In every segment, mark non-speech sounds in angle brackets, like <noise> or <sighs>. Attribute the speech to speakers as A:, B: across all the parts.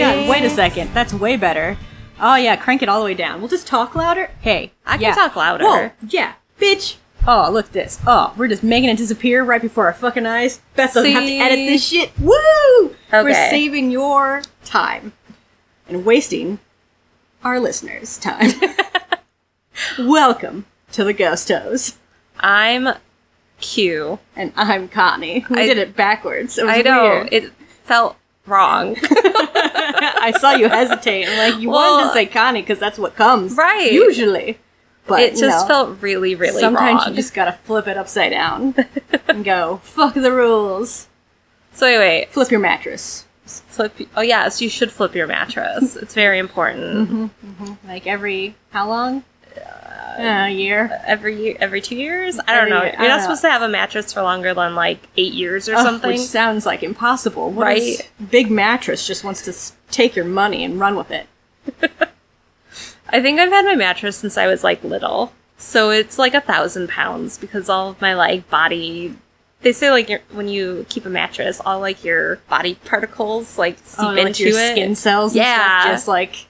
A: Oh,
B: oh Wait a second. That's way better. Oh yeah, crank it all the way down. We'll just talk louder. Hey,
A: I can
B: yeah.
A: talk louder.
B: Whoa, yeah, bitch. Oh, look at this. Oh, we're just making it disappear right before our fucking eyes. Beth doesn't have to
A: See?
B: edit this shit. Woo! We're
A: Okay.
B: saving your time and wasting our listeners' time. <laughs> Welcome to the Ghost Hose.
A: I'm Q.
B: And I'm Connie. We
A: I-
B: did it backwards. It was
A: I know
B: weird.
A: it felt
B: <laughs>
A: wrong.
B: I saw you hesitate. I'm like, you wanted to
A: Well-
B: say Connie because that's what comes.
A: Right.
B: Usually. But
A: it
B: no.
A: just felt really, really
B: Sometimes
A: wrong.
B: you just gotta flip it upside <laughs> down and go, fuck the rules.
A: so anyway,
B: Flip your mattress.
A: flip. Oh yes, you should flip
B: <laughs>
A: your mattress. it's very important.
B: Mm-hmm. Like every, how long? Uh, a year.
A: Every year, every two years, I don't
B: Every
A: know.
B: year, I
A: You're not
B: don't
A: supposed to have a mattress for longer than like eight years or
B: Ugh,
A: something.
B: Which sounds like impossible. What
A: Right.
B: is- Big mattress just wants to s- take your money and run with it.
A: I think I've had my mattress since I was like little. So it's like a thousand pounds because all of my like body. They say like your, when you keep a mattress, all like your body particles like seep
B: Oh, and, like
A: into
B: your
A: it.
B: skin cells and
A: Yeah.
B: stuff just like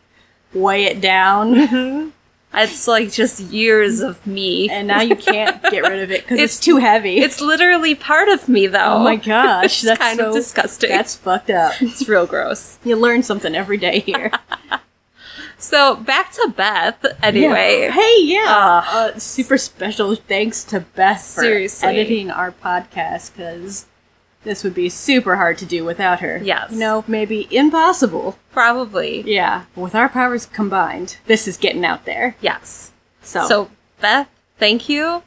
B: weigh it down. <laughs>
A: It's like just years of me.
B: and now you can't get rid of it because it's,
A: It's-
B: too heavy.
A: it's literally part of me though.
B: oh my gosh,
A: <laughs> It's
B: that's
A: kind
B: so,
A: of disgusting.
B: That's fucked up.
A: it's real gross.
B: You learn something every day here.
A: So back to Beth <laughs> anyway.
B: Yeah. Hey, yeah.
A: Ah.
B: Uh, super special thanks to Beth for
A: Seriously.
B: editing our podcast because this would be super hard to do without her.
A: Yes.
B: No, maybe impossible.
A: Probably.
B: Yeah. With our powers combined, this is getting out there.
A: Yes.
B: So,
A: So, Beth, thank you.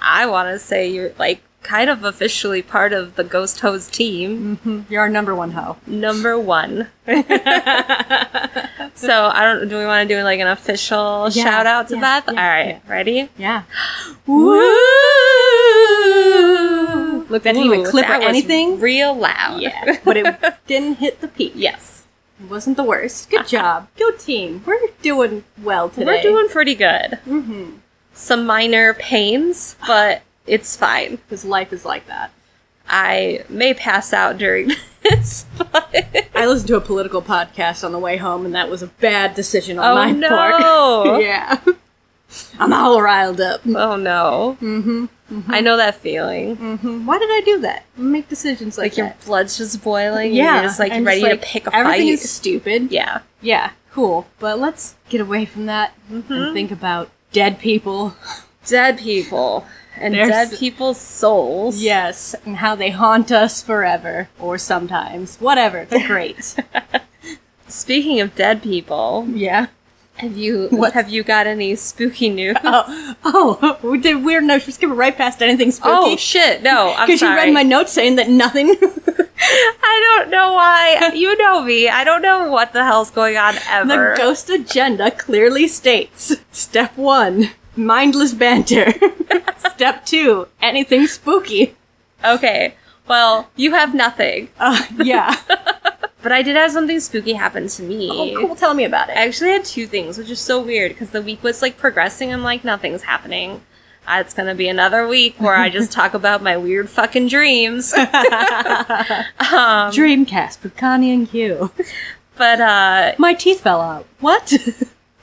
A: I want to say you're like kind of officially part of the Ghost Hose team,
B: you're our number one hoe. <laughs>
A: number one. so, I don't. Do we want to do like an official
B: Yeah,
A: shout out to
B: yeah,
A: Beth?
B: yeah,
A: All right, ready? <gasps>
B: Yeah.
A: Woo!
B: Look, that didn't even clip or
A: that was
B: anything.
A: Real loud.
B: Yeah. But it didn't hit the peak.
A: <laughs> yes.
B: It wasn't the worst.
A: <laughs>
B: Good job. Go team. We're doing well today.
A: We're doing pretty good. Mm-hmm. Some minor pains, but it's fine.
B: because life is like that.
A: I may pass out during <laughs> this, but
B: I listened to a political podcast on the way home, and that was a bad decision on <laughs>
A: Oh,
B: my
A: no.
B: part. <laughs>
A: <laughs>
B: yeah, I'm all riled up.
A: Oh no. Mm-hmm. I know that feeling.
B: Why did I do that? I Make decisions like,
A: Like your
B: that.
A: blood's just boiling. Yeah.
B: yeah,
A: You're just like
B: I'm
A: ready
B: just like,
A: to pick a
B: everything
A: fight.
B: is stupid.
A: yeah.
B: yeah, cool. But let's get away from that
A: Mm-hmm.
B: and think about dead
A: <laughs>
B: people.
A: Dead people. And
B: There's-
A: dead people's souls.
B: Yes, and how they haunt us forever or sometimes. Whatever.
A: <laughs>
B: They're great.
A: Speaking of dead people,
B: yeah.
A: have you
B: What?
A: have you got any spooky news?
B: Oh, oh, <laughs> we did weird notes. We're skipping right past anything spooky.
A: <laughs> <laughs> Oh, shit. No, I'm
B: Because you
A: sorry.
B: read my notes saying that nothing.
A: I don't know <laughs> why. you know me. I don't know what the hell's going <laughs> on
B: the
A: ever.
B: ghost agenda clearly states step one, mindless banter. <laughs> step two, anything spooky.
A: okay. Well, you have nothing.
B: Uh, yeah.
A: But I did have something spooky happen to me.
B: <laughs> oh, cool. Tell me about
A: I
B: it.
A: actually had two things, which is so weird because the week was like progressing. I'm like, nothing's happening. Uh, It's gonna be another week where I <laughs> just talk about my weird fucking <laughs> dreams.
B: Dreamcast with Connie and Q.
A: But uh,
B: My teeth fell out. What?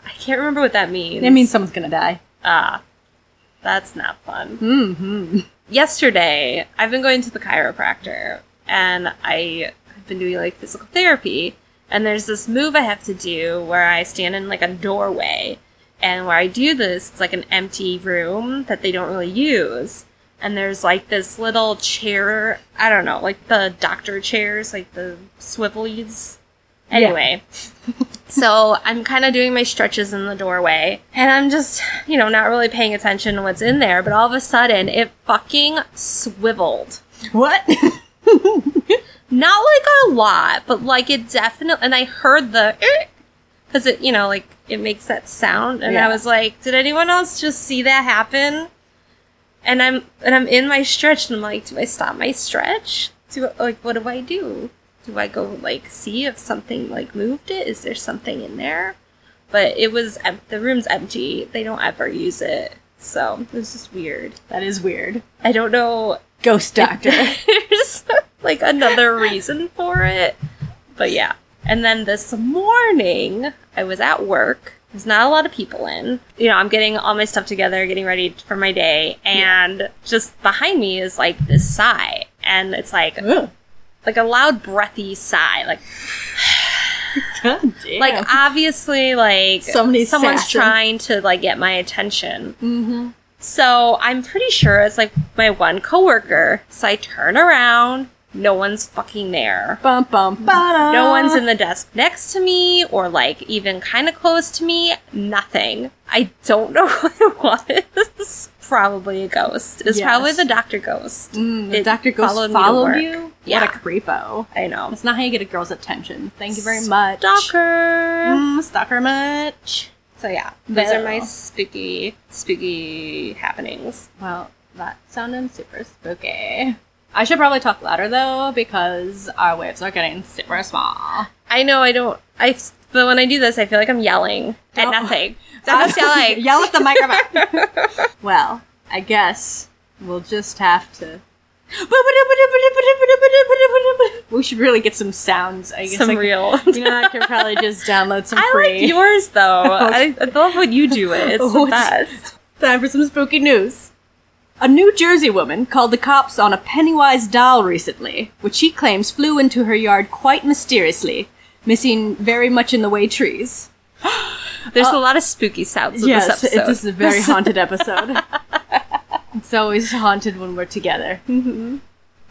A: I can't remember what that means.
B: that means someone's gonna die.
A: ah, that's not fun. Mm-hmm. Yesterday, I've been going to the chiropractor, and I have been doing like physical therapy. And there's this move I have to do where I stand in like a doorway, and where I do this, it's like an empty room that they don't really use. And there's like this little chair. I don't know, like the doctor chairs, like the swivelies. Anyway, <laughs> so I'm kind of doing my stretches in the doorway, and I'm just, you know, not really paying attention to what's in there. But all of a sudden, it fucking swiveled.
B: What?
A: Not like a lot, but like it definitely. And I heard the because it, you know, like it makes that sound, and
B: Yeah.
A: I was like, did anyone else just see that happen? And I'm and I'm in my stretch, and I'm like, do I stop my stretch? Do like what do I do? Do I go like see if something like moved it? Is there something in there? But it was em- the room's empty. They don't ever use it, so it was just weird.
B: <laughs> that is weird.
A: I don't know
B: <laughs> Ghost doctor.
A: <laughs> there's like another reason for it. But yeah. And then this morning, I was at work. There's not a lot of people in. You know, I'm getting all my stuff together, getting ready for my day, and just behind me is like this sigh, and it's like
B: Ugh.
A: like a loud breathy sigh, like
B: God damn.
A: like obviously like
B: Somebody's
A: someone's
B: sassing.
A: trying to like get my attention.
B: mm-hmm.
A: So I'm pretty sure it's like my one coworker. So I turn around, no one's fucking there.
B: bum bum ba-da.
A: No one's in the desk next to me or like even kind of close to me. Nothing. I don't <laughs> know what it was. Probably a ghost. It's
B: Yes.
A: probably the doctor ghost.
B: Mm, the
A: It
B: doctor goes
A: followed
B: followed,
A: me to work.
B: you.
A: Yeah.
B: What a creepo.
A: I know.
B: That's not how you get a girl's attention. Thank you very much.
A: Doctor.
B: Mm, stalker much.
A: So yeah, those are my
B: Well.
A: spooky, spooky happenings.
B: Well, that sounded super spooky. I should probably talk louder though because our waves are getting super small.
A: I know I don't. I but when I do this, I feel like I'm yelling
B: Don't- <laughs>
A: at nothing. I'm just <laughs> yelling.
B: Yell at the microphone. well, I guess we'll just have to. We should really get some sounds. I guess
A: Some
B: I could-
A: real.
B: you know, I could probably just download some
A: <laughs> I
B: free.
A: like
B: <laughs>
A: yours though. I, I love when you do it. It's
B: Oh,
A: the
B: it's-
A: best.
B: Time for some spooky news. A New Jersey woman called the cops on a Pennywise doll recently, which she claims flew into her yard quite mysteriously, missing very much in the way trees.
A: There's a lot of spooky sounds in
B: yes,
A: this
B: it-
A: episode.
B: this is a
A: <laughs>
B: very haunted episode. it's always haunted when we're together.
A: Mm-hmm.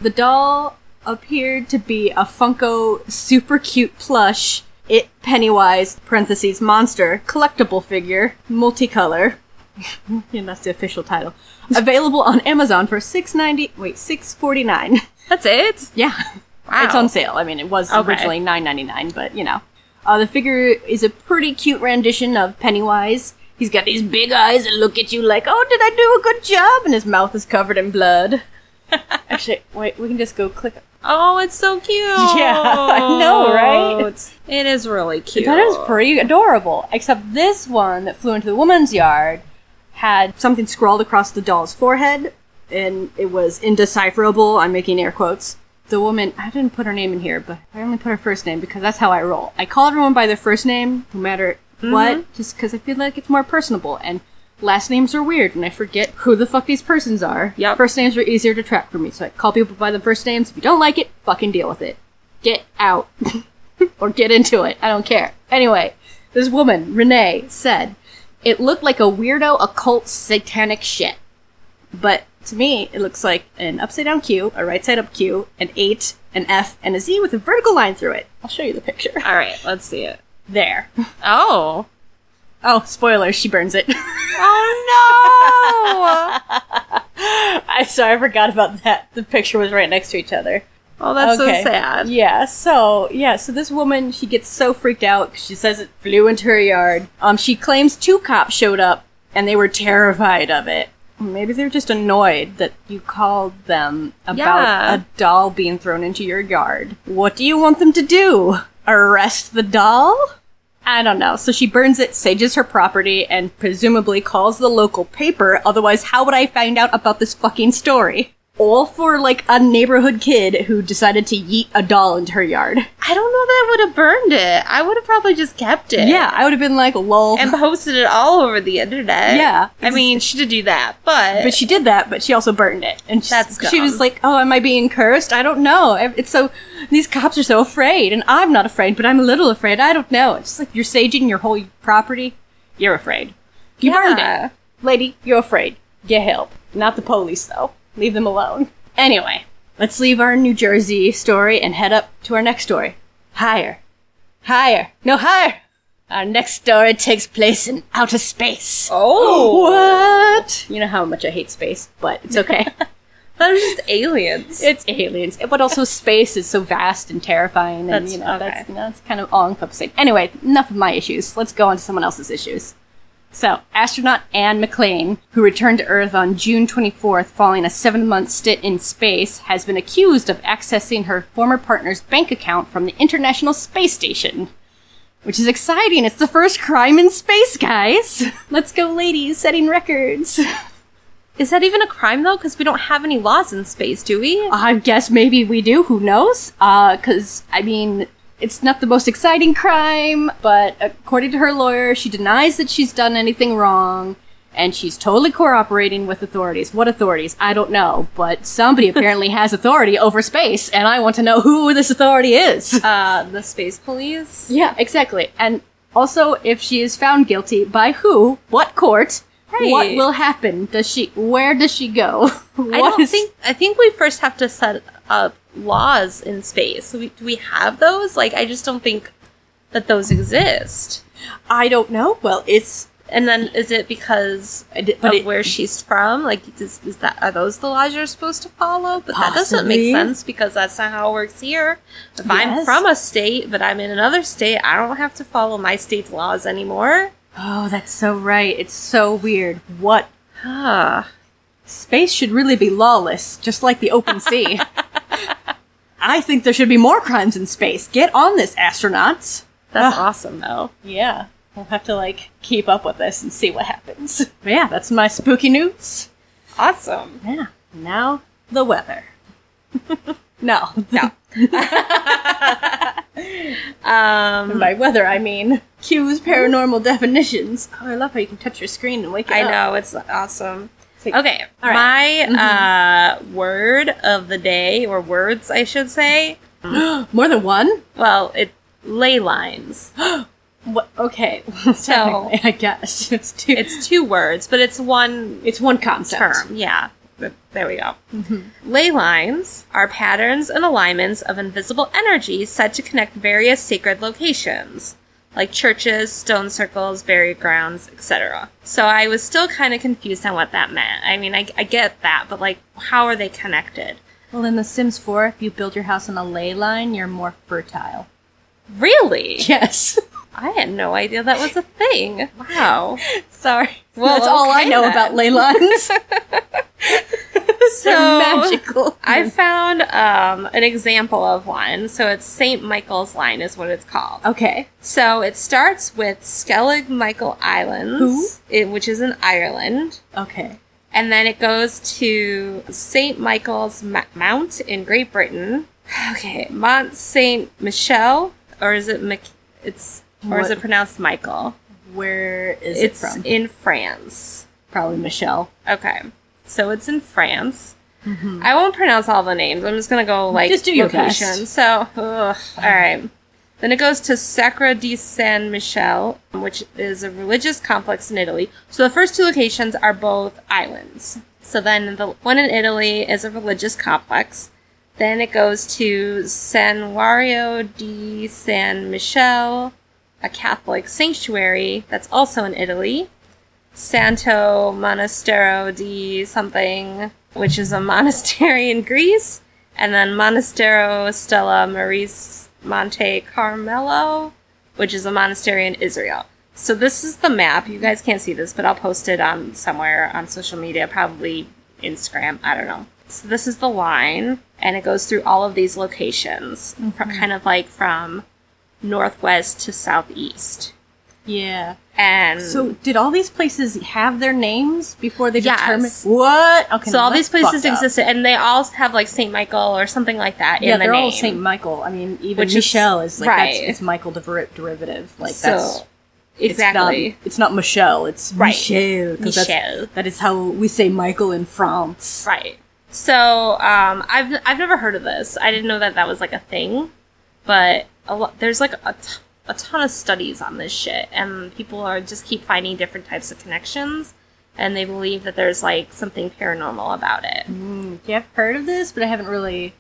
B: The doll appeared to be a Funko super cute plush it Pennywise parentheses monster collectible figure multicolor. <laughs> yeah, that's the official title. Available on Amazon for six ninety. Wait, six forty nine.
A: That's it.
B: Yeah.
A: Wow.
B: It's on sale. I mean, it was
A: Okay.
B: originally nine ninety nine, but you know, uh, the figure is a pretty cute rendition of Pennywise. He's got these big eyes that look at you like, "Oh, did I do a good job?" And his mouth is covered in blood. <laughs> Actually, wait, we can just go click.
A: Oh, it's so cute.
B: Yeah, <laughs> I know, right?
A: It is really cute.
B: That is pretty adorable. Except this one that flew into the woman's yard had something scrawled across the doll's forehead, and it was indecipherable. I'm making air quotes. The woman, I didn't put her name in here, but I only put her first name because that's how I roll. I call everyone by their first name, no matter what, just because I feel like it's more personable. And last names are weird, and I forget who the fuck these persons are.
A: Yep.
B: First names are easier to track for me, so I call people by their first names. If you don't like it, fucking deal with it. Get out. or get into it. I don't care. Anyway, this woman, Renee, said, It looked like a weirdo, occult, satanic shit. But to me, it looks like an upside down Q, a right side up Q, an 8, an F, and a Z with a vertical line through it. I'll show you the picture.
A: All right, let's see it.
B: There.
A: Oh.
B: <laughs> Oh, spoilers, she burns it. <laughs>
A: Oh
B: I sorry, I forgot about that. The picture was right next to each other.
A: no. oh, that's
B: Okay.
A: so sad.
B: Yeah, so yeah, so this woman she gets so freaked out 'cause she says it flew into her yard. Um, she claims two cops showed up and they were terrified of it. Maybe they're just annoyed that you called them about
A: Yeah.
B: a doll being thrown into your yard. What do you want them to do? Arrest the doll? I don't know. So she burns it, sages her property, and presumably calls the local paper. Otherwise, how would I find out about this fucking story? All for like a neighborhood kid who decided to yeet a doll into her yard.
A: I don't know that I would have burned it. I would have probably just kept it.
B: Yeah, I would have been like, lol.
A: <laughs> And posted it all over the internet.
B: Yeah.
A: I mean, she did do that,
B: <laughs>
A: but,
B: but she did that, but she also burned it. And she,
A: That's
B: she was
A: dumb.
B: like, oh, am I being cursed? I don't know. I- It's so, these cops are so afraid, and I'm not afraid, but I'm a little afraid. I don't know. It's just like you're saging your whole property. You're afraid. You burned it.
A: Yeah.
B: Lady, you're afraid. Get help. Not the police, though. Leave them alone. Anyway, let's leave our New Jersey story and head up to our next story. Higher. Higher. No, higher! Our next story takes place in outer space.
A: Oh.
B: What? You know how much I hate space, but it's okay.
A: <gasps> That was just aliens.
B: it's aliens. But also, space is so vast and terrifying, and
A: That's-
B: you know,
A: okay.
B: that's, that's kind of all encompassing. Anyway, enough of my issues. Let's go on to someone else's issues. So, astronaut Anne McLean, who returned to Earth on June 24th following a seven month stint in space, has been accused of accessing her former partner's bank account from the International Space Station. Which is exciting. It's the first crime in space, guys. <laughs> Let's go, ladies, setting records.
A: Is that even a crime though? Because we don't have any laws in space, do we?
B: Uh, I guess maybe we do. Who knows? Because I mean, It's not the most exciting crime, but according to her lawyer, she denies that she's done anything wrong, and she's totally cooperating with authorities. What authorities? I don't know, but <laughs> somebody apparently has authority over space, and I want to know who this authority is.
A: Uh, the space police.
B: yeah, exactly. And also, if she is found guilty, by who? What court?
A: Right.
B: What will happen? Does she? Where does she go? <laughs> What
A: I don't
B: is-
A: think. I think we first have to set up laws in space. We, do we have those? Like, I just don't think that those exist.
B: I don't know. Well, it's.
A: And then, is it because
B: I did-
A: of
B: But it,
A: where she's from? Like, is, is that are those the laws you're supposed to follow? But that doesn't
B: Possibly.
A: make sense because that's not how it works here. If I'm
B: Yes.
A: from a state, but I'm in another state, I don't have to follow my state's laws anymore.
B: oh, that's so right. It's so weird. What
A: Huh.
B: Space should really be lawless, just like the open <laughs> sea. I think there should be more crimes in space. Get on this, astronauts.
A: That's
B: Ugh.
A: awesome, though.
B: Yeah, we'll have to like keep up with this and see what happens. But <laughs> yeah, that's my spooky news.
A: Awesome.
B: Yeah. Now the weather. <laughs> no,
A: No. um,
B: <laughs> by weather I mean cues, paranormal definitions. Oh, I love how you can touch your screen and wake it
A: I
B: up.
A: know it's awesome.
B: It's like-
A: Okay,
B: All Mm-hmm.
A: my uh, word of the day, or words, I should say.
B: <gasps> More than one.
A: Well, it ley lines.
B: What? Okay. <laughs>
A: So-
B: Technically, I guess <laughs> it's two.
A: It's two words, but it's one
B: it's one concept.
A: term. Yeah. Th- There we go. Ley lines are patterns and alignments of invisible energy said to connect various sacred locations, like churches, stone circles, buried grounds, etc. So I was still kind of confused on what that meant. I mean, I, I get that, but like, how are they connected?
B: Well, in The Sims 4, if you build your house on a ley line, you're more fertile.
A: Really?
B: Yes.
A: I had no idea that was a thing. Wow.
B: <laughs> Sorry.
A: Well,
B: that's all I
A: okay
B: know
A: then.
B: about ley <laughs> lines.
A: so
B: They're magical.
A: I found um, an example of one. So it's St. Michael's line is what it's called.
B: Okay.
A: So it starts with Skellig Michael Islands, i- which is in Ireland,
B: Okay.
A: and then it goes to St. Michael's Ma- Mount in Great Britain. <sighs> Okay, Mont St. Michel, or is it Mc- it's or is
B: What-
A: it pronounced Michael?
B: Where is
A: it's
B: it from?
A: in France.
B: Probably Michelle.
A: Okay. So it's in France. I won't pronounce all the names. I'm just going to go like
B: Mm. Just do your
A: location.
B: best.
A: So, ugh, all right. Then it goes to Sacra di San Michele, which is a religious complex in Italy. So the first two locations are both islands. So then the one in Italy is a religious complex. Then it goes to Sanuario di San Michele, a Catholic sanctuary that's also in Italy. Santo Monastero di something, which is a <laughs> monastery in Greece, and then Monastero Stella Maris Monte Carmelo, which is a monastery in Israel. So this is the map. You guys can't see this, but I'll post it on somewhere on social media, probably Instagram. I don't know. So this is the line, and it goes through all of these locations, fr- kind of like from northwest to southeast.
B: Yeah.
A: And
B: So, did all these places have their names before they
A: Yes.
B: determined what? Okay.
A: So
B: now
A: all
B: that's
A: these places
B: fucked up.
A: existed, and they all have like Saint Michael or something like that
B: Yeah,
A: in the
B: they're
A: name.
B: all Saint Michael. I mean, even
A: Which is-
B: Michelle is, like
A: right.
B: that's, it's Michael deriv- derivative. Like
A: So,
B: that's It's not-
A: exactly.
B: It's not, Michelle. It's
A: Right.
B: Michel. 'cause
A: Michel.
B: That's, that is how we say Michael in France.
A: Right. So um, I've I've never heard of this. I didn't know that that was like a thing, but a lot, there's like a, t- a ton of studies on this shit, and people are just keep finding different types of connections, and they believe that there's like something paranormal about it.
B: Mm-hmm. Yeah, I've heard of this, but I haven't really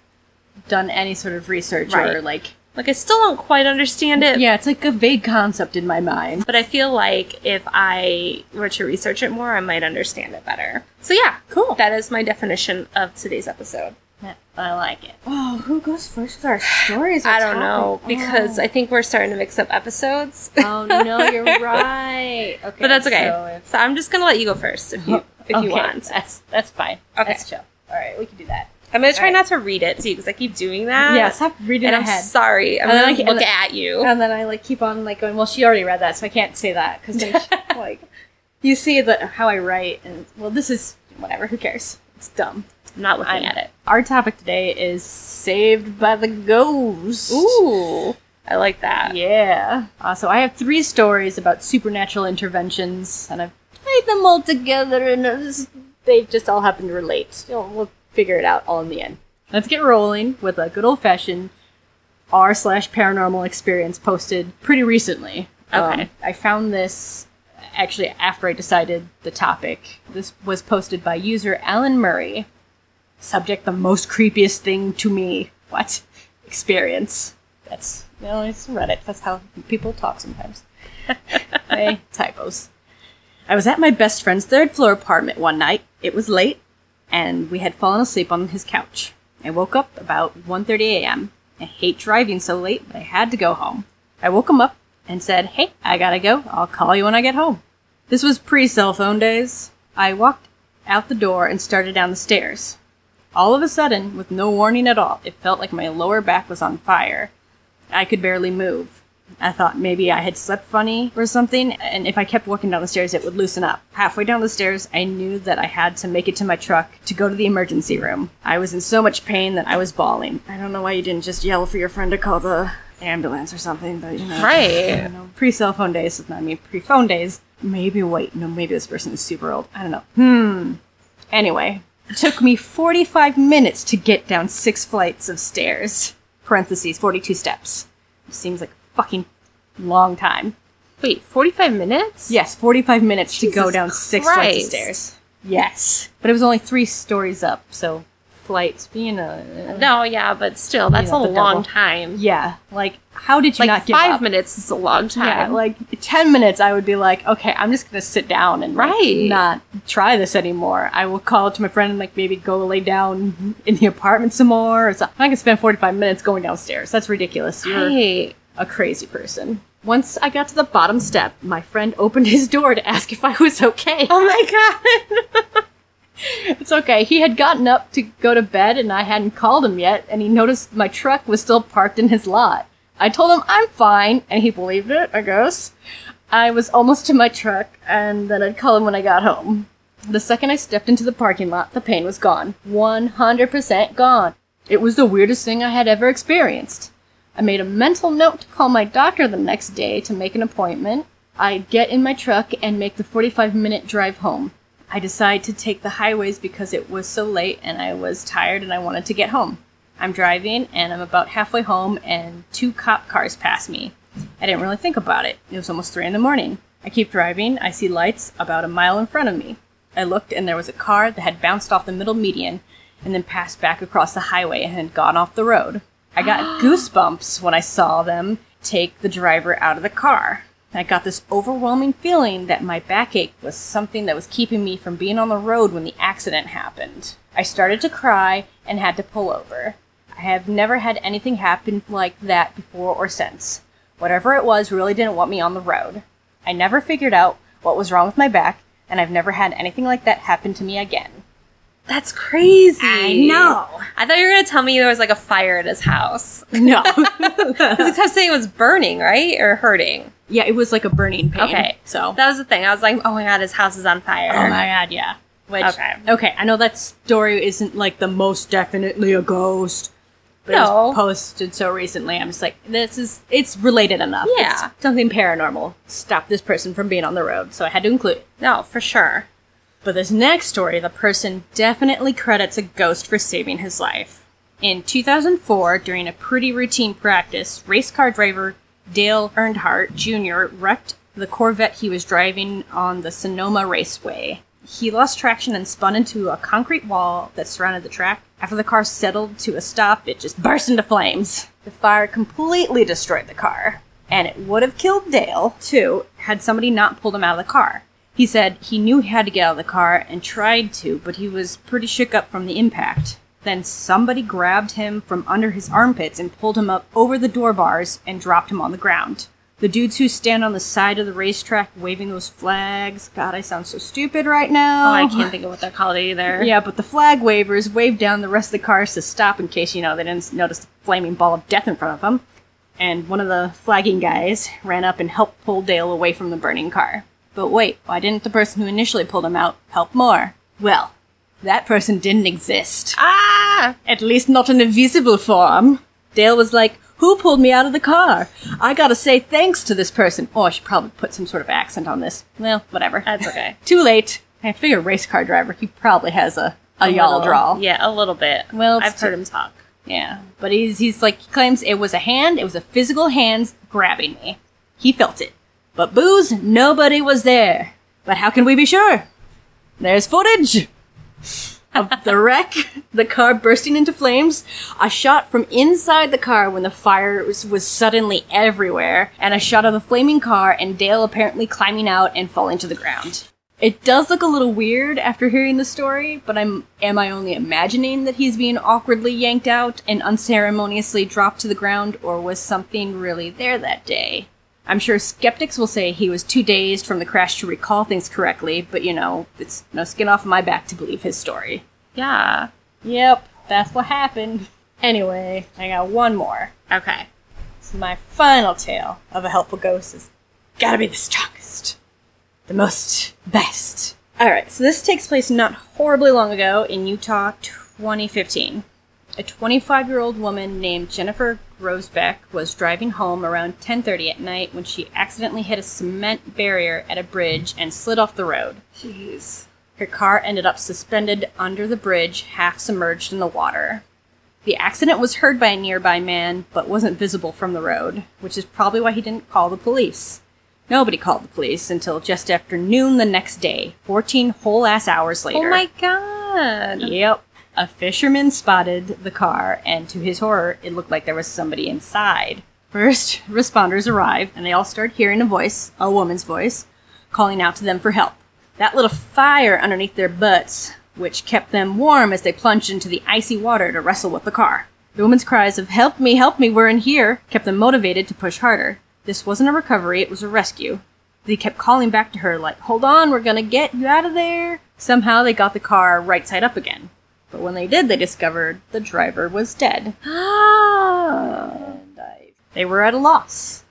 B: done any sort of research or
A: Right.
B: like.
A: Like I still don't quite understand it.
B: Yeah, it's like a vague concept in my mind.
A: But I feel like if I were to research it more, I might understand it better. So yeah,
B: Cool.
A: That is my definition of today's episode.
B: Yeah, I like it. Oh, who goes first with our stories?
A: I don't know because I think we're starting to mix up episodes,
B: Oh no,
A: <laughs>
B: you're right. Okay,
A: but that's
B: so
A: okay.
B: it's-
A: So, I'm just gonna let you go first if you
B: <laughs>
A: if
B: okay,
A: you want.
B: that's that's fine.
A: Okay.
B: That's chill. All right, we can do that.
A: I'm gonna try
B: Alright.
A: not to read it too because I keep doing that.
B: yeah, stop reading
A: Uh, and I'm
B: ahead.
A: sorry. I'm
B: And then
A: gonna
B: I can-
A: look
B: and then-
A: at you.
B: <laughs> and then I like keep on like going. Well, she already read that, so I can't say that because then she- like you see the how I write, and well, this is whatever. Who cares? It's dumb.
A: I'm not looking
B: I'm-
A: at it.
B: Our topic today is saved by the ghost.
A: Ooh. I like that.
B: Yeah. Uh, so I have three stories about supernatural interventions, and I've tied them all together, and it's- they just all happen to relate. You know, we'll figure it out all in the end. Let's get rolling with a good old fashioned r slash paranormal experience posted pretty recently. Um,
A: Okay.
B: I found this actually after I decided the topic. This was posted by user Alan Murray. Subject: The most creepiest thing to me. What experience? That's you know, it's Reddit. That's how people talk <laughs> sometimes. Hey, typos. I was at my best friend's third floor apartment one night. It was late, and we had fallen asleep on his couch. I woke up about 1:30 a.m. I hate driving so late, but I had to go home. I woke him up and said, "Hey, I gotta go. I'll call you when I get home." This was pre-cell phone days. I walked out the door and started down the stairs. All of a sudden, with no warning at all, it felt like my lower back was on fire. I could barely move. I thought maybe I had slept funny or something, and if I kept walking down the stairs, it would loosen up. Halfway down the stairs, I knew that I had to make it to my truck to go to the emergency room. I was in so much pain that I was bawling. I don't know why you didn't just yell for your friend to call the ambulance or something, but you know.
A: Right.
B: Pre cell phone days, I mean, pre phone days. Maybe, wait, no, maybe this person is super old. I don't know. Hmm. Anyway, it took me 45 minutes to get down six flights of stairs. Parentheses, 42 steps. Seems like a fucking long time.
A: Wait, 45 minutes?
B: Yes, 45 minutes to go
A: Jesus
B: down six flights
A: Christ.
B: of stairs. Yes. But it was only three stories up, so flights being a.
A: No, yeah, but still, that's
B: know,
A: a
B: the
A: long
B: double.
A: time.
B: Yeah, like, how did you
A: Like
B: not give
A: five
B: up?
A: minutes is a long time.
B: Yeah, like ten minutes, I would be like, okay, I'm just gonna sit down and like,
A: Right.
B: not try this anymore. I will call to my friend and like maybe go lay down in the apartment some more. Or something. I can spend 45 minutes going downstairs. That's ridiculous. You're
A: Right.
B: a crazy person. Once I got to the bottom step, my friend opened his door to ask if I was okay.
A: Oh my god.
B: <laughs> It's okay. He had gotten up to go to bed and I hadn't called him yet, and he noticed my truck was still parked in his lot. I told him I'm fine, and he believed it, I guess. I was almost to my truck, and then I'd call him when I got home. The second I stepped into the parking lot, the pain was gone. 100% gone. It was the weirdest thing I had ever experienced. I made a mental note to call my doctor the next day to make an appointment. I get in my truck and make the 45 minute drive home. I decide to take the highways because it was so late and I was tired and I wanted to get home. I'm driving and I'm about halfway home and two cop cars pass me. I didn't really think about it. It was almost 3 in the morning. I keep driving. I see lights about a mile in front of me. I looked and there was a car that had bounced off the middle median and then passed back across the highway and had gone off the road. I got goosebumps when I saw them take the driver out of the car. I got this overwhelming feeling that my backache was something that was keeping me from being on the road when the accident happened. I started to cry and had to pull over. I have never had anything happen like that before or since. Whatever it was really didn't want me on the road. I never figured out what was wrong with my back, and I've never had anything like that happen to me again.
A: That's crazy.
B: know.
A: I thought you were going to tell me there was like a fire at his house.
B: <laughs> No.
A: Because kept saying it was burning, right? Or hurting.
B: yeah, it was like a burning pain.
A: Okay.
B: So.
A: That was the thing. I was like, oh my god, his house is on fire.
B: Oh my god, yeah. Which, okay.
A: Okay.
B: I know that story isn't like the most definitely a ghost, but it
A: No.
B: was posted so recently. I'm just like, this is it's related enough.
A: Yeah.
B: It's something paranormal stopped this person from being on the road, so I had to include it.
A: no, for sure.
B: But this next story, the person definitely credits a ghost for saving his life. In 2004, during a pretty routine practice, race car driver Dale Earnhardt Jr. wrecked the Corvette he was driving on the Sonoma Raceway. He lost traction and spun into a concrete wall that surrounded the track. After the car settled to a stop, it just burst into flames. The fire completely destroyed the car, and it would have killed Dale, too, had somebody not pulled him out of the car. He said he knew he had to get out of the car and tried to, but he was pretty shook up from the impact. Then somebody grabbed him from under his armpits and pulled him up over the door bars and dropped him on the ground. The dudes who stand on the side of the racetrack waving those flags. God, I sound so stupid right now.
A: Oh, I can't think of what they're called either.
B: Yeah, but the flag wavers waved down the rest of the cars to stop in case, you know, they didn't s- notice the flaming ball of death in front of them. And one of the flagging guys ran up and helped pull Dale away from the burning car. But wait, why didn't the person who initially pulled him out help more? Well, that person didn't exist.
A: Ah!
B: At least not in a visible form. Dale was like, Who pulled me out of the car? I gotta say thanks to this person. Oh, I should probably put some sort of accent on this. Well, whatever.
A: That's okay.
B: Too late. I figure race car driver, he probably has a, a, <laughs>
A: A
B: y'all
A: little-
B: drawl.
A: Yeah, a little bit.
B: Well,
A: I've
B: it's
A: heard
B: too-
A: him talk.
B: Yeah, but he's he's like he claims it was a hand. It was a physical hand grabbing me. He felt it, but booze, nobody was there. But how can we be sure? There's footage of the wreck, the car bursting into flames, a shot from inside the car when the fire was, was suddenly everywhere, and a shot of the flaming car and Dale apparently climbing out and falling to the ground. It does look a little weird after hearing the story, but I'm am I only imagining that he's being awkwardly yanked out and unceremoniously dropped to the ground, or was something really there that day? I'm sure skeptics will say he was too dazed from the crash to recall things correctly, but you know, it's no skin off my back to believe his story.
A: Yeah.
B: Yep, that's what happened. Anyway, I got one more.
A: Okay.
B: So my final tale of a helpful ghost is gotta be the strongest, the most best. All right, so this takes place not horribly long ago in Utah, 2015. A 25-year-old woman named Jennifer Grosbeck was driving home around 10:30 at night when she accidentally hit a cement barrier at a bridge and slid off the road.
A: Jeez.
B: Her car ended up suspended under the bridge, half submerged in the water. The accident was heard by a nearby man, but wasn't visible from the road, which is probably why he didn't call the police. Nobody called the police until just after noon the next day, 14 whole ass hours later.
A: Oh my god.
B: Yep. A fisherman spotted the car, and to his horror, it looked like there was somebody inside. First, <laughs> responders arrived, and they all started hearing a voice, a woman's voice, calling out to them for help. That little fire underneath their butts, which kept them warm as they plunged into the icy water to wrestle with the car. The woman's cries of, Help me, help me, we're in here, kept them motivated to push harder. This wasn't a recovery, it was a rescue. They kept calling back to her, like, hold on, we're gonna get you out of there. Somehow they got the car right side up again. But when they did, they discovered the driver was dead. <gasps> And I, they were at a loss.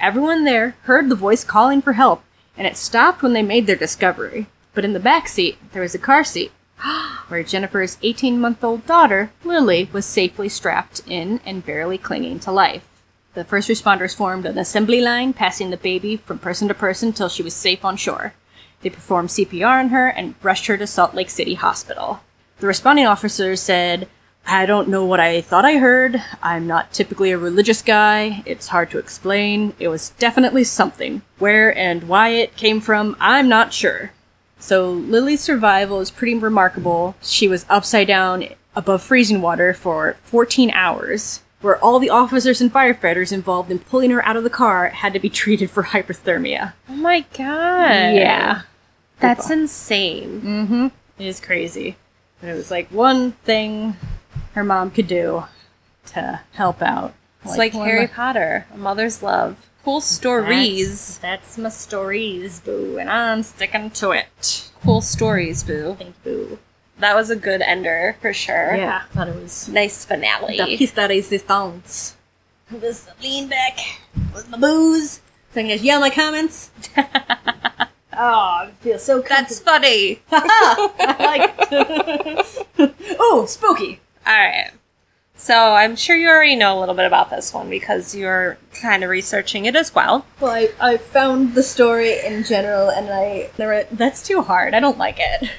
B: Everyone there heard the voice calling for help, and it stopped when they made their discovery. But in the back seat, there was a car seat <gasps> where Jennifer's 18 month old daughter, Lily, was safely strapped in and barely clinging to life. The first responders formed an assembly line, passing the baby from person to person till she was safe on shore. They performed CPR on her and rushed her to Salt Lake City Hospital. The responding officer said, I don't know what I thought I heard. I'm not typically a religious guy. It's hard to explain. It was definitely something. Where and why it came from, I'm not sure. So Lily's survival is pretty remarkable. She was upside down above freezing water for 14 hours, where all the officers and firefighters involved in pulling her out of the car had to be <laughs> treated for hypothermia.
A: Oh my god. That's insane.
B: Mm-hmm. It is crazy. But it was like one thing her mom could do to help out.
A: It's like,
B: one
A: Harry
B: of-
A: Potter, A Mother's Love. Cool stories.
B: That's, that's my stories, boo, and I'm sticking to it.
A: Cool stories, boo.
B: Thank you.
A: That was a good ender for sure.
B: Yeah, thought it was
A: Nice finale.
B: the piece de resistance. This lean back with my booze, so I can just yell my <laughs> comments. oh, I feel so
A: That's
B: comfortable.
A: funny. All
B: I like it. oh, spooky.
A: right. So I'm sure you already know a little bit about this one because you're kind of researching it as well.
B: Well, I, I found the story in general, and I there were- that's too hard. I don't like it.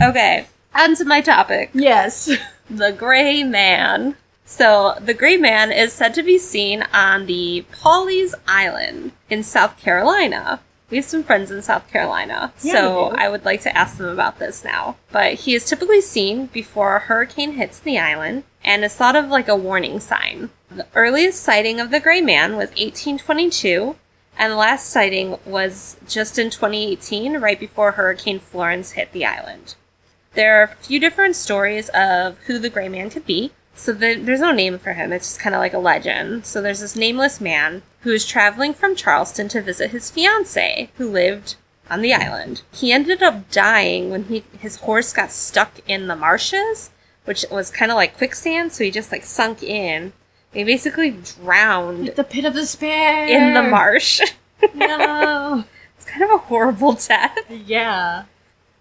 A: Okay. On to my topic.
B: Yes.
A: the Gray Man. So, the Gray Man is said to be seen on the Pawleys Island in South Carolina. We have some friends in South Carolina,
B: Yeah,
A: so
B: we do.
A: I would like to ask them about this now. But he is typically seen before a hurricane hits the island and is thought of like a warning sign. The earliest sighting of the Gray Man was 1822, and the last sighting was just in 2018, right before Hurricane Florence hit the island. There are a few different stories of who the Gray Man could be. So the, there's no name for him. It's just kind of like a legend. So there's this nameless man who is traveling from Charleston to visit his fiancee, who lived on the island. He ended up dying when he his horse got stuck in the marshes, which was kind of like quicksand. So he just like sunk in. He basically drowned
B: The pit of despair.
A: in the marsh. <laughs> it's
B: No.
A: kind of a horrible <laughs> death.
B: <laughs> yeah.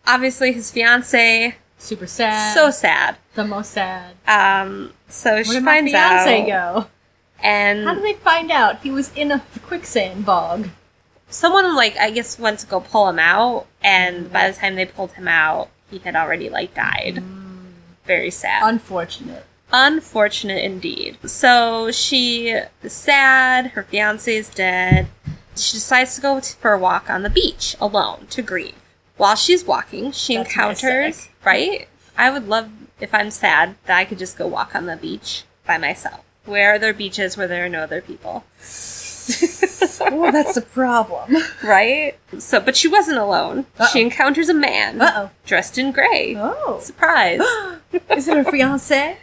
A: Obviously, his fiancee
B: Super sad.
A: so sad.
B: the most sad.
A: Um, so
B: Where
A: she
B: did my
A: finds
B: fiance
A: out.
B: go?
A: and
B: How did they find out he was in a quicksand bog?
A: someone like I guess went to go pull him out, and by
B: Mm.
A: the time they pulled him out, he had already like died.
B: Mm.
A: Very sad.
B: Unfortunate.
A: Unfortunate indeed. So she is sad, her fiance is dead. She decides to go t- for a walk on the beach alone to grieve. While she's walking, she
B: That's my
A: encounters,
B: sick.
A: right? I would love if I'm sad that I could just go walk on the beach by myself. Where are there beaches where there are no other people? <laughs>
B: Oh, that's the problem.
A: right? So, but she wasn't alone.
B: Uh-oh.
A: She encounters a man
B: Uh-oh.
A: dressed in gray.
B: Oh. <gasps>
A: Surprise.
B: Is it her fiance?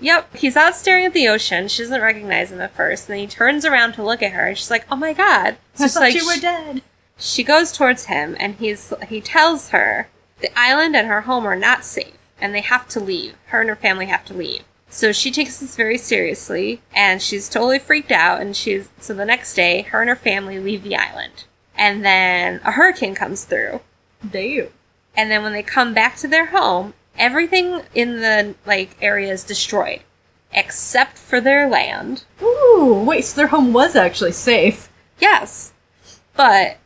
A: Yep, he's out staring at the ocean. She doesn't recognize him at first, and then he turns around to look at her, and she's like, "Oh my god!" <laughs> It's
B: I
A: just
B: thought
A: like
B: you were
A: she-
B: dead.
A: she goes towards him, and he's he tells her the island and her home are not safe, and they have to leave. Her and her family have to leave. So she takes this very seriously, and she's totally freaked out. And she's so the next day, her and her family leave the island, and then a hurricane comes through,
B: Damn.
A: and then when they come back to their home everything in the like area is destroyed except for their land
B: Ooh, wait, so their home was actually safe.
A: yes but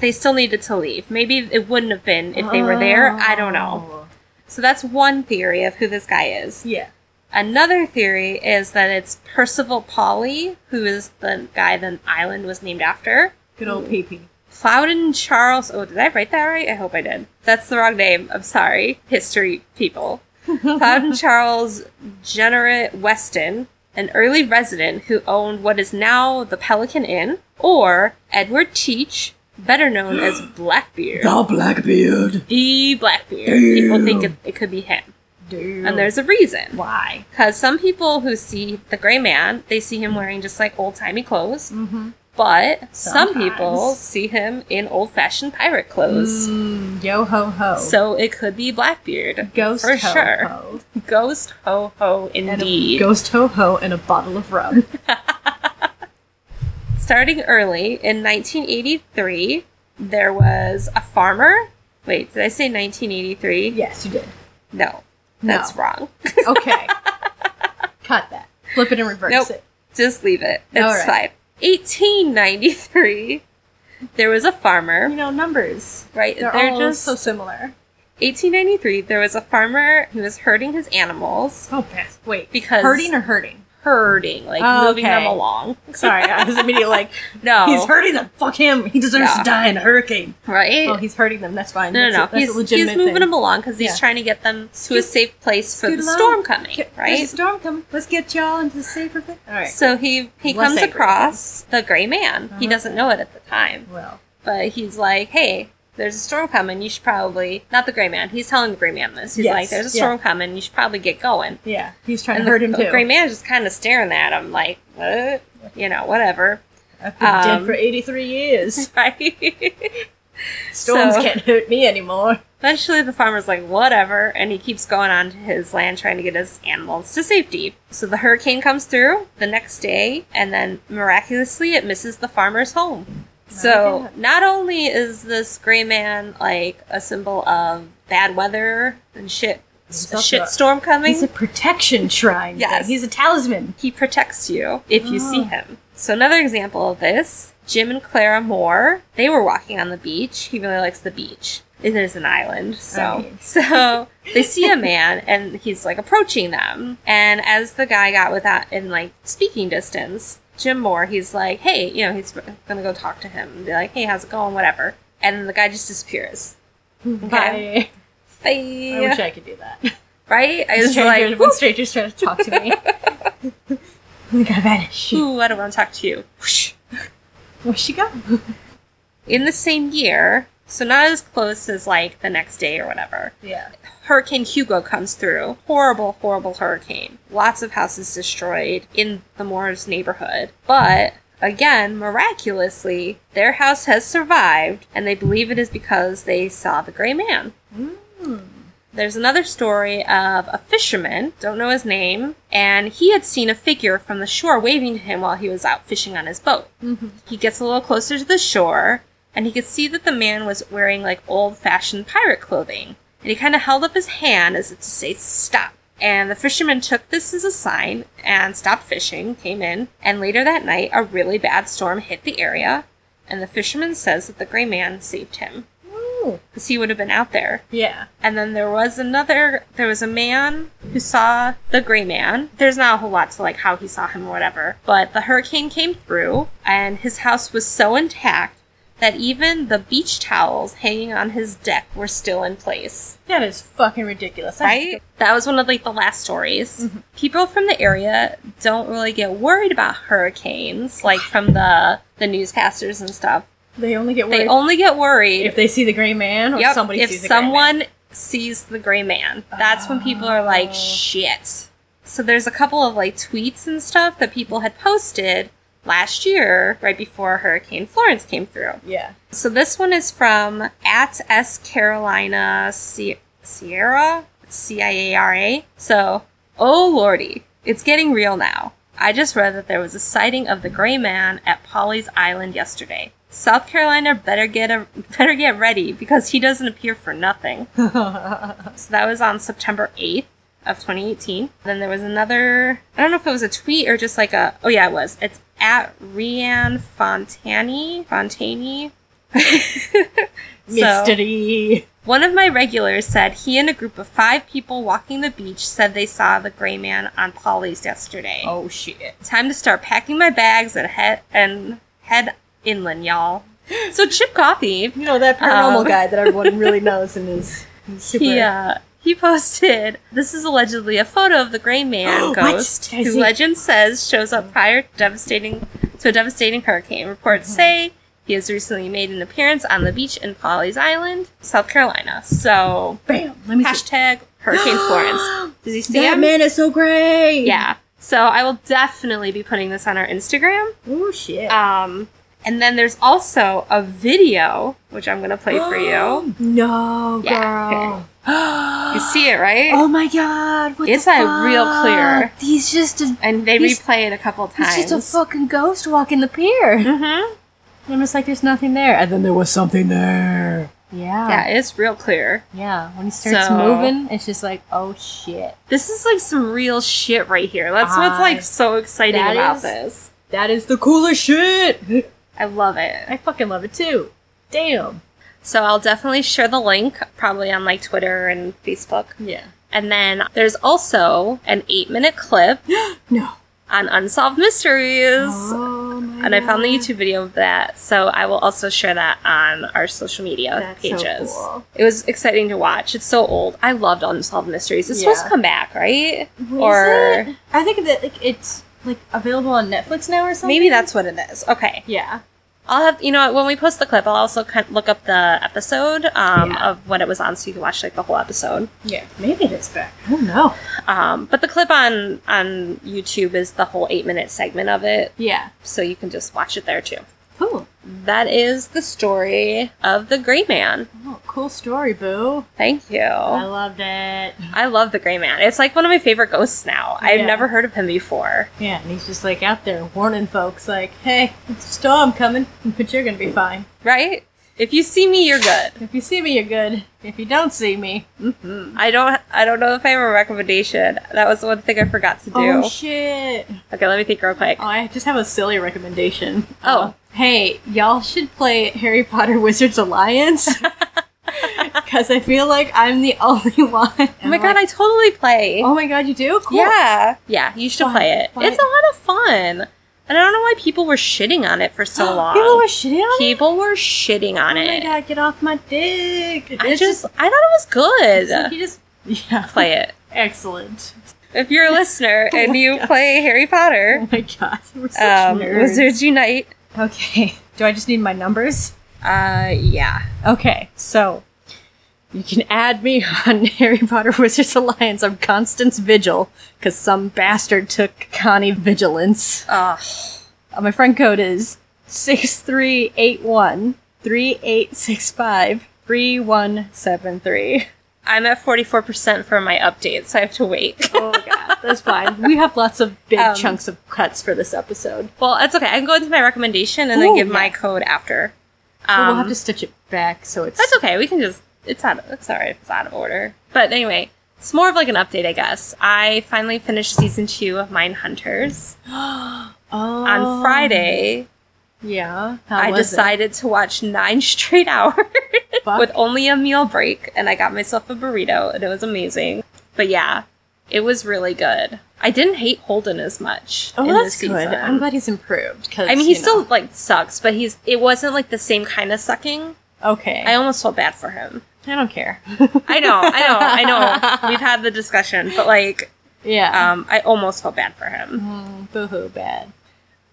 A: they still needed to leave maybe it wouldn't have been if they were there i don't know
B: Oh.
A: so that's one theory of who this guy is
B: Yeah.
A: another theory is that it's percival polly who is the guy the island was named after
B: Good old PP.
A: Plowden Charles. Oh, did I write that right? I hope I did. That's the wrong name. I'm sorry, history people. Plowden Charles Generate Weston, an early resident who owned what is now the Pelican Inn, or Edward Teach, better known as Blackbeard.
B: Blackbeard.
A: The Blackbeard. People think it, it could be him.
B: Dude.
A: And there's a reason.
B: why?
A: Because some people who see the gray man, they see him wearing just like old timey clothes.
B: Mhm.
A: But some people
B: Sometimes.
A: see him in old fashioned pirate clothes.
B: Mm, yo ho ho.
A: So it could be Blackbeard.
B: ghost
A: for
B: ho
A: sure.
B: ho.
A: Ghost ho ho
B: And
A: indeed.
B: a ghost ho ho and a bottle of
A: <laughs>
B: rum.
A: Starting early in 1983, there was a farmer. Wait, did I say 1983?
B: yes, you did.
A: No,
B: No.
A: that's wrong. <laughs>
B: Okay. Cut that. Flip it and reverse
A: Nope.
B: it.
A: Just leave it. It's
B: All right.
A: fine. 1893, there was a
B: You
A: farmer.
B: know, numbers.
A: Right,
B: They're,
A: they're
B: all
A: just-
B: so similar.
A: 1893, there was a farmer who was herding his animals.
B: Oh, pass. Wait.
A: Because-
B: Hurting or hurting?
A: Herding, like
B: Oh,
A: moving them
B: okay.
A: along.
B: Sorry, I was immediately like,
A: No.
B: he's hurting them. Fuck him. He deserves
A: Oh. Yeah.
B: to die in a hurricane.
A: Right?
B: Oh, he's hurting them. That's fine.
A: No,
B: that's
A: no, no.
B: A, that's
A: he's,
B: a legitimate
A: he's moving
B: thing.
A: them along because he's
B: Yeah.
A: trying to get them to a
B: Scoot-
A: safe place for
B: scoot
A: the
B: along.
A: storm coming,
B: Get- There's a
A: right?
B: storm coming. Let's get y'all into the safer thing. All right.
A: So he he
B: Less
A: comes
B: angry.
A: across the gray man.
B: Uh-huh.
A: He doesn't know it at the time,
B: Well,
A: but he's like, "Hey, there's a storm coming. You should probably not the gray man. He's telling the gray man this. He's
B: Yes,
A: like, "There's a
B: yeah.
A: storm coming. You should probably get going."
B: yeah, he's trying
A: And
B: to hurt
A: the,
B: him
A: the
B: too.
A: gray man is just kind of staring at him, like, "What?" You know, whatever, <laughs>
B: I've been dead
A: um,
B: for 83 years.
A: right?
B: Storms
A: so-
B: can't hurt me anymore.
A: Eventually, the farmer's like, whatever, and he keeps going on to his land trying to get his animals to safety. So the hurricane comes through the next day, and then miraculously, it misses the farmer's home. So,
B: God.
A: not only is this gray man like a symbol of bad weather and shit,
B: He's
A: a
B: also-
A: shit storm coming,
B: He's a protection shrine. thing.
A: Yes.
B: He's a talisman.
A: he protects you if you see
B: Oh.
A: him. So another example of this, Jim and Clara Moore, they were walking on the beach. He really likes the beach. It is an island, so
B: Right.
A: so they see a man and he's like approaching them. And as the guy got without in like speaking distance, Jim Moore, he's like, hey, you know, he's gonna go talk to him and be like, hey, how's it going, whatever. And the guy just disappears. Okay.
B: Bye.
A: Bye.
B: I wish I could do that.
A: right? I was
B: Strangers-
A: like,
B: when strangers try to talk to
A: <laughs>
B: me. <laughs> I gotta vanish.
A: ooh, I don't want to talk to you. Whoosh.
B: Where'd she go?
A: in the same year, so not as close as like the next day or whatever.
B: Yeah.
A: Hurricane Hugo comes through. Horrible, horrible hurricane. Lots of houses destroyed in the Moore's neighborhood. But again, miraculously, their house has survived, and they believe it is because they saw the gray man. There's another story of a fisherman, don't know his name, and he had seen a figure from the shore waving to him while he was out fishing on his boat. He gets a little closer to the shore, and he could see that the man was wearing like old fashioned pirate clothing. And he kind of held up his hand as if to say, Stop. And the fisherman took this as a sign and stopped fishing, came in, and later that night a really bad storm hit the area, and the fisherman says that the gray man saved him.
C: Ooh.
A: Because he would have been out there.
B: Yeah.
A: And then there was another, there was a man who saw the gray man. There's not a whole lot to like how he saw him or whatever, but the hurricane came through and his house was so intact that even the beach towels hanging on his deck were still in place.
B: That is fucking ridiculous. I-
A: Right? That was one of like the last stories. People from the area don't really get worried about hurricanes, like from the the newscasters and stuff.
B: They only get
A: They
B: worried
A: only get worried
B: if they see the gray man or
A: Yep,
B: somebody
A: if
B: sees the gray man.
A: someone sees the gray man that's when people are
B: Oh.
A: like shit so there's a couple of like tweets and stuff that people had posted last year right before hurricane florence came through
B: Yeah.
A: so this one is from at s carolina Sie- sierra c-i-a-r-a so oh lordy it's getting real now i just read that there was a sighting of the gray man at polly's island yesterday south carolina better get a <laughs> better get ready because he doesn't appear for nothing <laughs> so that was on September 8th of 2018. Then there was another, I don't know if it was a tweet or just like a, oh yeah, it was. It's at Rianne Fontani. Fontani. <laughs> so,
B: Mystery.
A: one of my regulars said he and a group of five people walking the beach said they saw the gray man on Polly's yesterday.
B: Oh shit.
A: Time to start packing my bags and head, and head inland, y'all. So Chip Coffee
B: You know that paranormal
A: Um.
B: guy that
A: <laughs>
B: everyone really knows and is super.
A: He, uh, he posted, this is allegedly a photo of the Gray
B: <gasps>
A: Man
B: What?
A: ghost,
B: Did I
A: who
B: see-
A: legend says shows up prior to, devastating, to a devastating hurricane. Reports
B: Hmm.
A: say he has recently made an appearance on the beach in Polly's Island, South Carolina. So,
B: Bam. Let me see.
A: hashtag
B: <gasps>
A: Hurricane Florence. Does he see
B: That
A: him?
B: man is so great.
A: Yeah. So I will definitely be putting this on our Instagram.
B: Oh shit.
A: Um, and then there's also a video, which I'm going to play for you.
B: <gasps> No,
A: Yeah,
B: girl.
A: You see it, right?
B: <gasps> Oh my god. What
A: It's
B: the
A: like real
B: fuck?
A: clear.
B: He's just a
A: And they
B: He's-
A: replay it a couple times.
B: he's just a fucking ghost walking the pier. Mm-hmm.
A: Mhm.
B: And I'm just like, there's nothing there. And then there was something there. Yeah.
A: Yeah, it's real clear.
B: Yeah, when he starts
A: So-
B: moving, it's just like, oh shit.
A: This is like some real shit right here. That's what's
B: I-
A: like so exciting
B: that
A: about
B: is-
A: this.
B: That is the coolest shit.
A: I love it.
B: <laughs> I fucking love it too. Damn.
A: So I'll definitely share the link, probably on like Twitter and Facebook.
B: Yeah.
A: And then there's also an eight minute clip
B: <gasps> No.
A: on Unsolved Mysteries.
B: Oh my
A: And I found the
B: God.
A: YouTube video of that, so I will also share that on our social media
B: That's so
A: pages.
B: cool.
A: It was exciting to watch. It's so old. I loved Unsolved Mysteries. It's supposed
B: Yeah.
A: to come back, right?
B: What
A: or
B: is it? I think that like it's like available on Netflix now or something.
A: maybe that's what it is. Okay,
B: yeah.
A: I'll have you know what, when we post the clip, I'll also kind of look up the episode um,
B: Yeah.
A: of when it was on, so you can watch like the whole episode.
B: Yeah. Maybe it is back. I don't know.
A: Um, but the clip on on YouTube is the whole eight minute segment of it,
B: Yeah.
A: so you can just watch it there too.
B: Cool.
A: That is the story of the Gray Man.
B: Oh, cool story, boo.
A: Thank you.
B: I loved it.
A: I love the Gray Man. It's like one of my favorite ghosts now. I've
B: Yeah.
A: never heard of him before.
B: Yeah, and he's just like out there warning folks, like, "Hey, it's a storm coming, <laughs> but you're gonna be fine.
A: Right? If you see me, you're good.
B: If you see me, you're good. If you don't see me, mm-hmm.
A: I don't. I don't know if I have a recommendation. That was the one thing I forgot to do.
B: oh shit."
A: okay, let me think real quick.
B: Oh, I just have a silly recommendation.
A: Oh.
B: Uh, hey, y'all should play Harry Potter <laughs> Wizards Alliance.
A: <laughs>
B: Because I feel like I'm the <laughs> only one.
A: oh my god, I totally play.
B: oh my god, you do? Cool. <gasps>
A: Yeah, yeah. You should
B: Why-
A: play it.
B: why-
A: It's a lot of fun, and I don't know why people were shitting on it for so
B: <gasps>
A: long.
B: People were shitting on it?
A: People were shitting on
B: Oh my
A: it.
B: god, get off my dick.
A: I
B: It's
A: just. I thought it was
B: Like,
A: good.
B: you just. Yeah.
A: play it.
B: <laughs> Excellent. <laughs>
A: If you're a listener
B: Oh
A: and
B: my <laughs>
A: you
B: God.
A: play Harry
B: Oh
A: Potter,
B: my god, we're such
A: um,
B: nerds.
A: Wizards Unite.
B: Okay, do I just need my numbers?
A: Uh, yeah.
B: Okay, so you can add me <laughs> on Harry Potter Wizards Alliance. I'm Constance Vigil because some bastard took Connie Vigilance.
A: Oh,
B: Uh, my friend code is six three eight one three eight six five three one seven three.
A: I'm at 44% for my update, so I have to wait.
B: Oh god, that's fine. We have lots of big
A: Um,
B: chunks of cuts for this episode.
A: well, that's okay. I can go into my recommendation and then
B: Ooh,
A: give my
B: yeah.
A: code after.
B: But
A: Um,
B: we'll have to stitch it back so it's
A: that's okay. We can just, it's out, it's all right. It's out of order. But anyway, It's more of like an update, I guess. I finally finished season two of Mine Hunters
B: Oh.
A: on Friday.
B: Yeah.
A: I decided to watch nine <laughs> straight hours
B: Fuck.
A: with only a meal break, and I got myself a burrito, and it was amazing. But yeah, it was really good. I didn't hate Holden as much.
B: Oh,
A: in
B: that's
A: this
B: good.
A: season.
B: I'm glad he's improved. Cause,
A: I mean,
B: you
A: he still
B: know.
A: like sucks, but he's it wasn't like the same kind of sucking.
B: okay.
A: I almost felt bad for him.
B: I don't
A: <laughs>
B: care.
A: I know, I know, I know. We've had the discussion, but like,
B: yeah.
A: um, I almost felt bad for him.
B: Mm, boohoo, bad.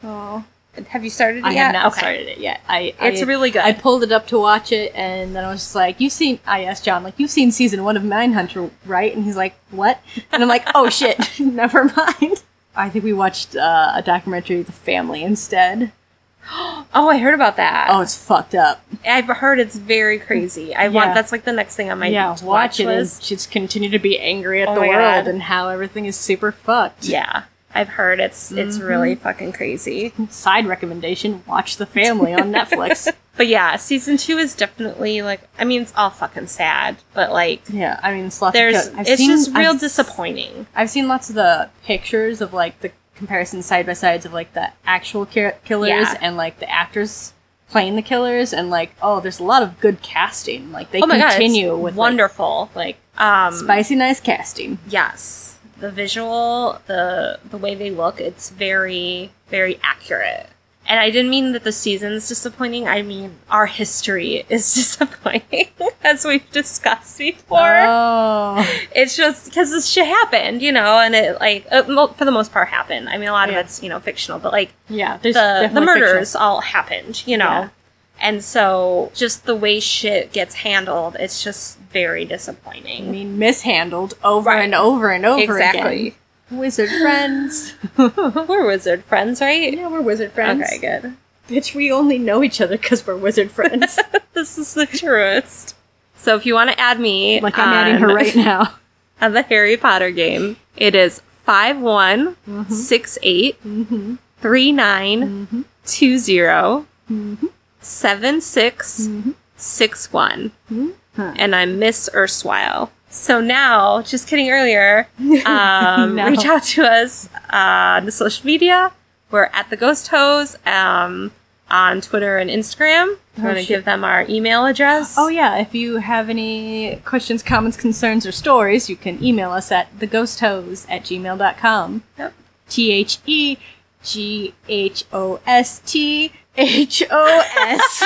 B: Oh,
A: Have you started? It
B: I
A: yet?
B: have not
A: Okay.
B: started it yet. I
A: It's
B: I,
A: really good.
B: I pulled it up to watch it, and then I was just like, "You've seen?" I asked John, "Like, you've seen season one of Mindhunter, right?" And he's like, "What?" And I'm like,
A: <laughs>
B: "Oh shit, <laughs> never mind." I think we watched uh, a documentary, The Family, instead.
A: oh, I heard about that.
B: Oh, it's fucked up.
A: I've heard it's very crazy. I
B: Yeah.
A: want that's like the next thing on my
B: yeah, watch
A: to watch
B: it
A: list.
B: and just continue to be angry at
A: Oh
B: the
A: my
B: world
A: God.
B: and how everything is Mm-hmm. super fucked.
A: Yeah, I've heard it's it's really fucking crazy.
B: Side recommendation: Watch The Family
A: <laughs>
B: on Netflix.
A: But yeah, season two is definitely like I mean it's all fucking sad, but like
B: Yeah, I mean, it's lots
A: there's
B: of I've
A: it's
B: seen-
A: just real
B: I've-
A: disappointing.
B: I've seen lots of the pictures of like the comparison side by sides of like the actual ki- killers
A: Yeah.
B: and like the actors playing the killers and like oh there's a lot of good casting like they
A: oh my
B: continue
A: god, it's
B: with like,
A: wonderful. Like, um
B: spicy nice casting
A: yes. The visual, the the way they look, it's very very accurate. And I didn't mean that the season's disappointing. I mean our history <laughs> is disappointing, <laughs> as we've discussed before.
B: oh <laughs>
A: it's just because this shit happened, you know, and it like it, mo- for the most part happened. I mean, a lot
B: Yeah.
A: of it's you know fictional, but like
B: yeah there's
A: the the
B: definitely
A: murders all happened, you know,
B: Yeah.
A: and so just the way shit gets handled, it's just very
B: fictional. I
A: disappointing.
B: mean mishandled over
A: Right.
B: and over and over
A: Exactly,
B: again wizard
A: <laughs>
B: friends
A: we're wizard friends, right?
B: yeah we're wizard friends
A: Okay, good. <laughs>
B: bitch we only know each other because we're wizard friends
A: This is the truest. So if you want to add me,
B: like I'm adding her
A: on-
B: right now
A: on the Harry Potter game, it is five one six eight
B: mm-hmm.
A: three nine
B: Mm-hmm.
A: two zero.
B: Mm-hmm.
A: 7661.
B: Mhm. Huh.
A: And I'm Miss Erstwhile. So now, just kidding
B: <laughs>
A: earlier, um,
B: No.
A: reach out to us uh, on the social media. We're at the Ghost Hose um, on Twitter and Instagram. I'm
B: Oh,
A: going to
B: shit.
A: give them our email address.
B: Oh yeah, if you have any questions, comments, concerns, or stories, you can email us at theghosthose at gmail.com.
A: Yep.
B: T H E G H O S T H O S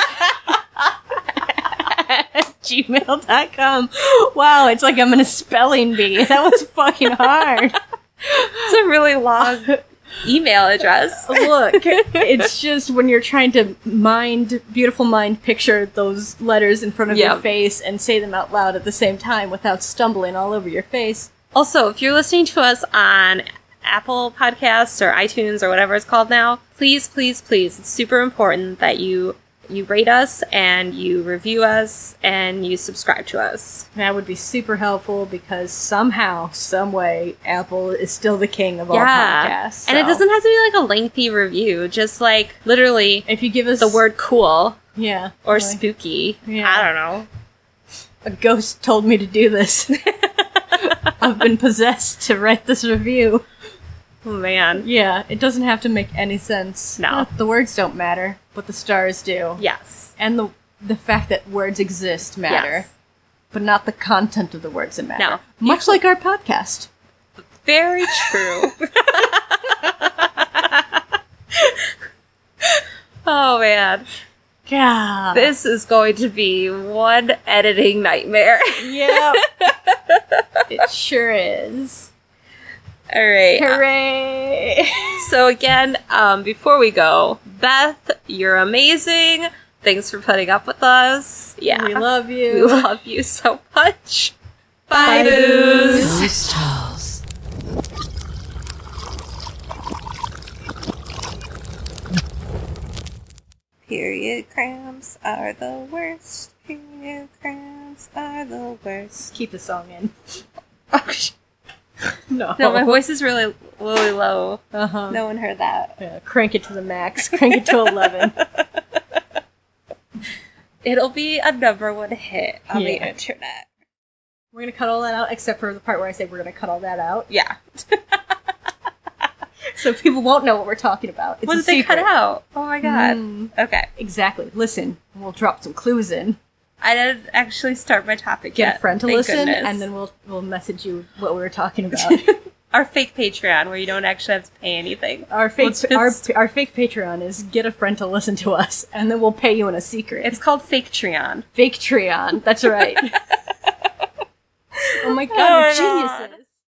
B: gmail.com. Wow, it's like I'm in a spelling bee. That was fucking hard.
A: It's a
B: <laughs>
A: really long email address.
B: Look, it's just when you're trying to mind, beautiful mind, picture those letters in front of your
A: Yeah.
B: face and say them out loud at the same time without stumbling all over your face.
A: Also, if you're listening to us on Apple Podcasts or iTunes or whatever it's called now, please, please, please, it's super important that you you rate us and you review us and you subscribe to us.
B: That would be super helpful because somehow, some way, Apple is still the king of all
A: yeah.
B: podcasts.
A: And it
B: so
A: doesn't have to be like a lengthy review, just like literally
B: If you give us
A: the word cool
B: yeah,
A: or
B: like,
A: spooky.
B: Yeah.
A: I don't know.
B: a ghost told me to do this.
A: <laughs>
B: I've been possessed to write this review.
A: Oh man.
B: Yeah, it doesn't have to make any sense.
A: No.
B: the words don't matter, but the stars do.
A: Yes.
B: and the the fact that words exist matter,
A: Yes.
B: but not the content of the words that matter.
A: No.
B: Much like our podcast.
A: Very
B: <laughs>
A: true. <laughs> oh man.
B: God.
A: This is going to be one editing nightmare. <laughs>
B: yep. it sure is.
A: All right.
B: Hooray!
A: So again, um, before we go, Beth, you're amazing. Thanks for putting up with us. Yeah,
B: We love you.
A: We love you <laughs> so much. Bye,
B: Bye,
A: boos.
B: boos.
C: Ghost House.
A: Period cramps are the worst. Period cramps are the worst.
B: Keep the song in.
A: <laughs> no, my voice is really, really low.
B: uh-huh.
A: Oh. No one heard that.
B: Yeah, crank it to the max. Crank
A: <laughs>
B: it to 11.
A: It'll be a number one hit on the
B: Yeah.
A: internet.
B: We're gonna cut all that out, except for the part where I say we're gonna cut all that out,
A: Yeah.
B: so people won't know what we're talking about. It's
A: what
B: a
A: did they cut
B: secret.
A: out? Oh my god.
B: Mm,
A: Okay.
B: exactly. Listen, we'll drop some clues in.
A: I didn't actually start my topic
B: Get
A: yet.
B: a friend to
A: thank
B: listen,
A: goodness.
B: and then we'll we'll message you what we were
A: <laughs>
B: talking about.
A: our fake Patreon where you don't actually have to pay anything.
B: our fake
A: We'll just-
B: our, our fake Patreon is get a friend to listen to us, and then we'll pay you in a secret.
A: It's called Fake Treon. <laughs>
B: fake Treon. That's right. oh my god, we're
A: Oh my God.
B: geniuses.